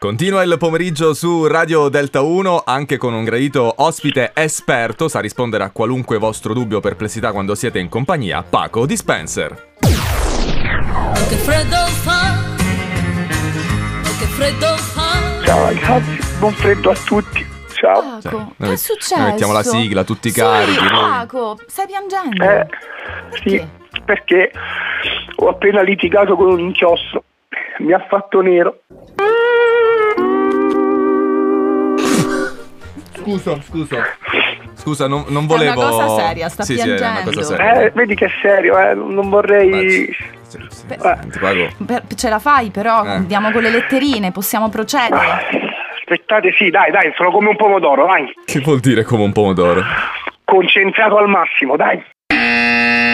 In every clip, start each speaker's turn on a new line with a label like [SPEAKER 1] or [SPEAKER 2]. [SPEAKER 1] Continua il pomeriggio su Radio Delta 1 anche con un gradito ospite esperto, sa rispondere a qualunque vostro dubbio o perplessità quando siete in compagnia, Paco Dispenser.
[SPEAKER 2] Che freddo fa, che freddo fa.
[SPEAKER 3] Ciao ragazzi, buon freddo a tutti.
[SPEAKER 1] Cioè,
[SPEAKER 3] Ciao.
[SPEAKER 4] Paco,
[SPEAKER 1] noi-
[SPEAKER 4] che è successo?
[SPEAKER 1] noi mettiamo la sigla, tutti
[SPEAKER 4] Sì,
[SPEAKER 1] carichi, noi-
[SPEAKER 4] Paco, stai piangendo?
[SPEAKER 3] Eh, sì,
[SPEAKER 4] Ah. Perché?
[SPEAKER 3] perché ho appena litigato con un inchiostro. Mi ha fatto nero.
[SPEAKER 1] Scusa, scusa. Scusa, non, non
[SPEAKER 4] È una
[SPEAKER 1] volevo...
[SPEAKER 4] cosa seria, sta
[SPEAKER 1] sì, sì, è una cosa
[SPEAKER 4] piangendo.
[SPEAKER 1] seria.
[SPEAKER 3] Eh, vedi che è serio, eh, non vorrei...
[SPEAKER 1] Sì, sì, sì,
[SPEAKER 4] Beh.
[SPEAKER 1] senti, Paco.
[SPEAKER 4] Per- ce la fai però,
[SPEAKER 1] Eh.
[SPEAKER 4] andiamo con le letterine, possiamo procedere.
[SPEAKER 3] Ah, Aspettate, sì, dai, dai, sono come un pomodoro, dai.
[SPEAKER 1] Che vuol dire come un pomodoro?
[SPEAKER 3] Concentrato al massimo, dai.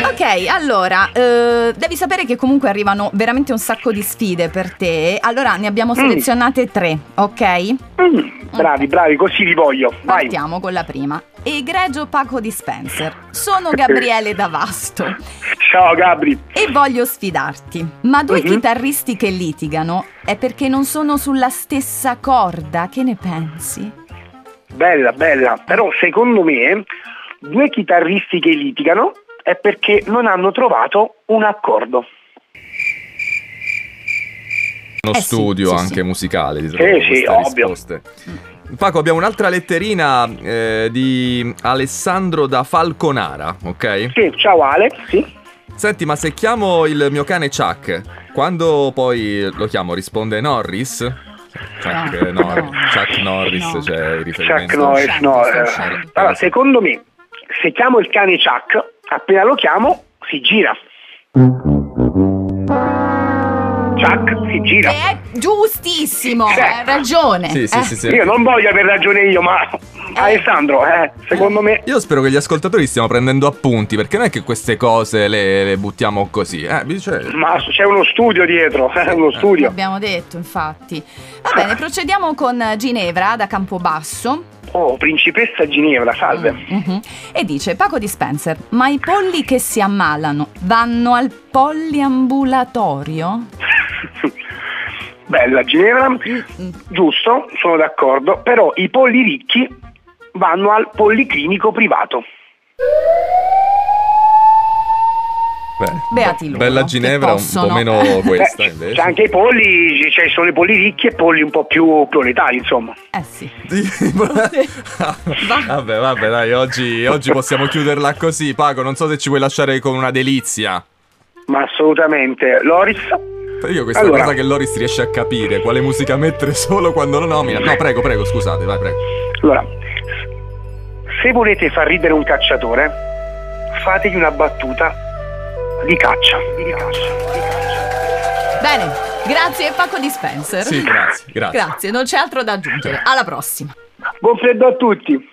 [SPEAKER 4] Ok, allora, eh, devi sapere che comunque arrivano veramente un sacco di sfide per te. Allora, ne abbiamo selezionate tre, ok?
[SPEAKER 3] Mm, bravi, bravi, così vi voglio. Vai.
[SPEAKER 4] Partiamo con la prima. Egregio Paco Dispenser, sono Gabriele Davasto.
[SPEAKER 3] Ciao Gabri.
[SPEAKER 4] E voglio sfidarti. Ma due
[SPEAKER 3] Mhm.
[SPEAKER 4] chitarristi che litigano è perché non sono sulla stessa corda. Che ne pensi?
[SPEAKER 3] Bella, bella. Però secondo me due chitarristi che litigano è perché non hanno trovato un accordo.
[SPEAKER 1] Uno
[SPEAKER 4] Eh sì,
[SPEAKER 1] studio
[SPEAKER 4] sì,
[SPEAKER 1] anche
[SPEAKER 4] sì.
[SPEAKER 1] musicale, di
[SPEAKER 3] Sì, sì, ovvio.
[SPEAKER 1] risposte. Paco, abbiamo un'altra letterina eh, di Alessandro da Falconara, ok?
[SPEAKER 3] Sì, ciao Ale. Sì.
[SPEAKER 1] Senti, ma se chiamo il mio cane Chuck, quando poi lo chiamo risponde Norris? Chuck,
[SPEAKER 4] No,
[SPEAKER 1] Nor-
[SPEAKER 4] no.
[SPEAKER 1] Chuck Norris, cioè,
[SPEAKER 4] No.
[SPEAKER 1] c'è il
[SPEAKER 3] Chuck
[SPEAKER 1] riferimento.
[SPEAKER 3] Norris, no. eh.
[SPEAKER 4] Senti,
[SPEAKER 3] Allora, secondo me, se chiamo il cane Chuck, appena lo chiamo, si gira. Chuck si gira.
[SPEAKER 4] Che è giustissimo,
[SPEAKER 3] Sì.
[SPEAKER 4] hai ragione.
[SPEAKER 1] eh. Sì, sì,
[SPEAKER 4] eh.
[SPEAKER 1] sì, sì.
[SPEAKER 3] Io non voglio aver ragione io, ma Alessandro, eh, secondo me...
[SPEAKER 1] Io spero che gli ascoltatori stiano prendendo appunti, perché non è che queste cose le, le buttiamo così, eh? Cioè,
[SPEAKER 3] Ma c'è uno studio dietro, eh, uno studio.
[SPEAKER 4] L'abbiamo detto, infatti. Va bene, procediamo con Ginevra da Campobasso.
[SPEAKER 3] Oh, principessa Ginevra, salve.
[SPEAKER 4] Mhm. E dice Paco Dispenser: Ma i polli che si ammalano vanno al poliambulatorio?
[SPEAKER 3] Bella Ginevra,
[SPEAKER 4] Mm.
[SPEAKER 3] giusto, sono d'accordo, però i polli ricchi vanno al policlinico privato.
[SPEAKER 1] beh,
[SPEAKER 4] Beati loro,
[SPEAKER 1] Bella
[SPEAKER 4] che
[SPEAKER 1] Ginevra, un po'
[SPEAKER 4] possono.
[SPEAKER 1] meno questa
[SPEAKER 3] Beh,
[SPEAKER 1] invece.
[SPEAKER 3] c'è anche i polli, ci cioè, ci sono i polli ricchi e polli un po' più proletari, insomma.
[SPEAKER 4] Eh sì.
[SPEAKER 1] Tipo- vabbè, vabbè, dai, oggi, oggi possiamo chiuderla così. Paco, non so se ci vuoi lasciare con una delizia.
[SPEAKER 3] Ma assolutamente. Loris?
[SPEAKER 1] Io questa
[SPEAKER 3] Allora.
[SPEAKER 1] cosa che Loris riesce a capire, quale musica mettere solo quando lo nomina. No, prego, prego, scusate, vai, prego.
[SPEAKER 3] Allora, se volete far ridere un cacciatore, fategli una battuta di caccia. Di caccia. Di caccia.
[SPEAKER 4] Bene, grazie Paco Dispenser.
[SPEAKER 1] Sì, grazie, grazie.
[SPEAKER 4] Grazie, non c'è altro da aggiungere. Alla prossima.
[SPEAKER 3] Buon freddo a tutti!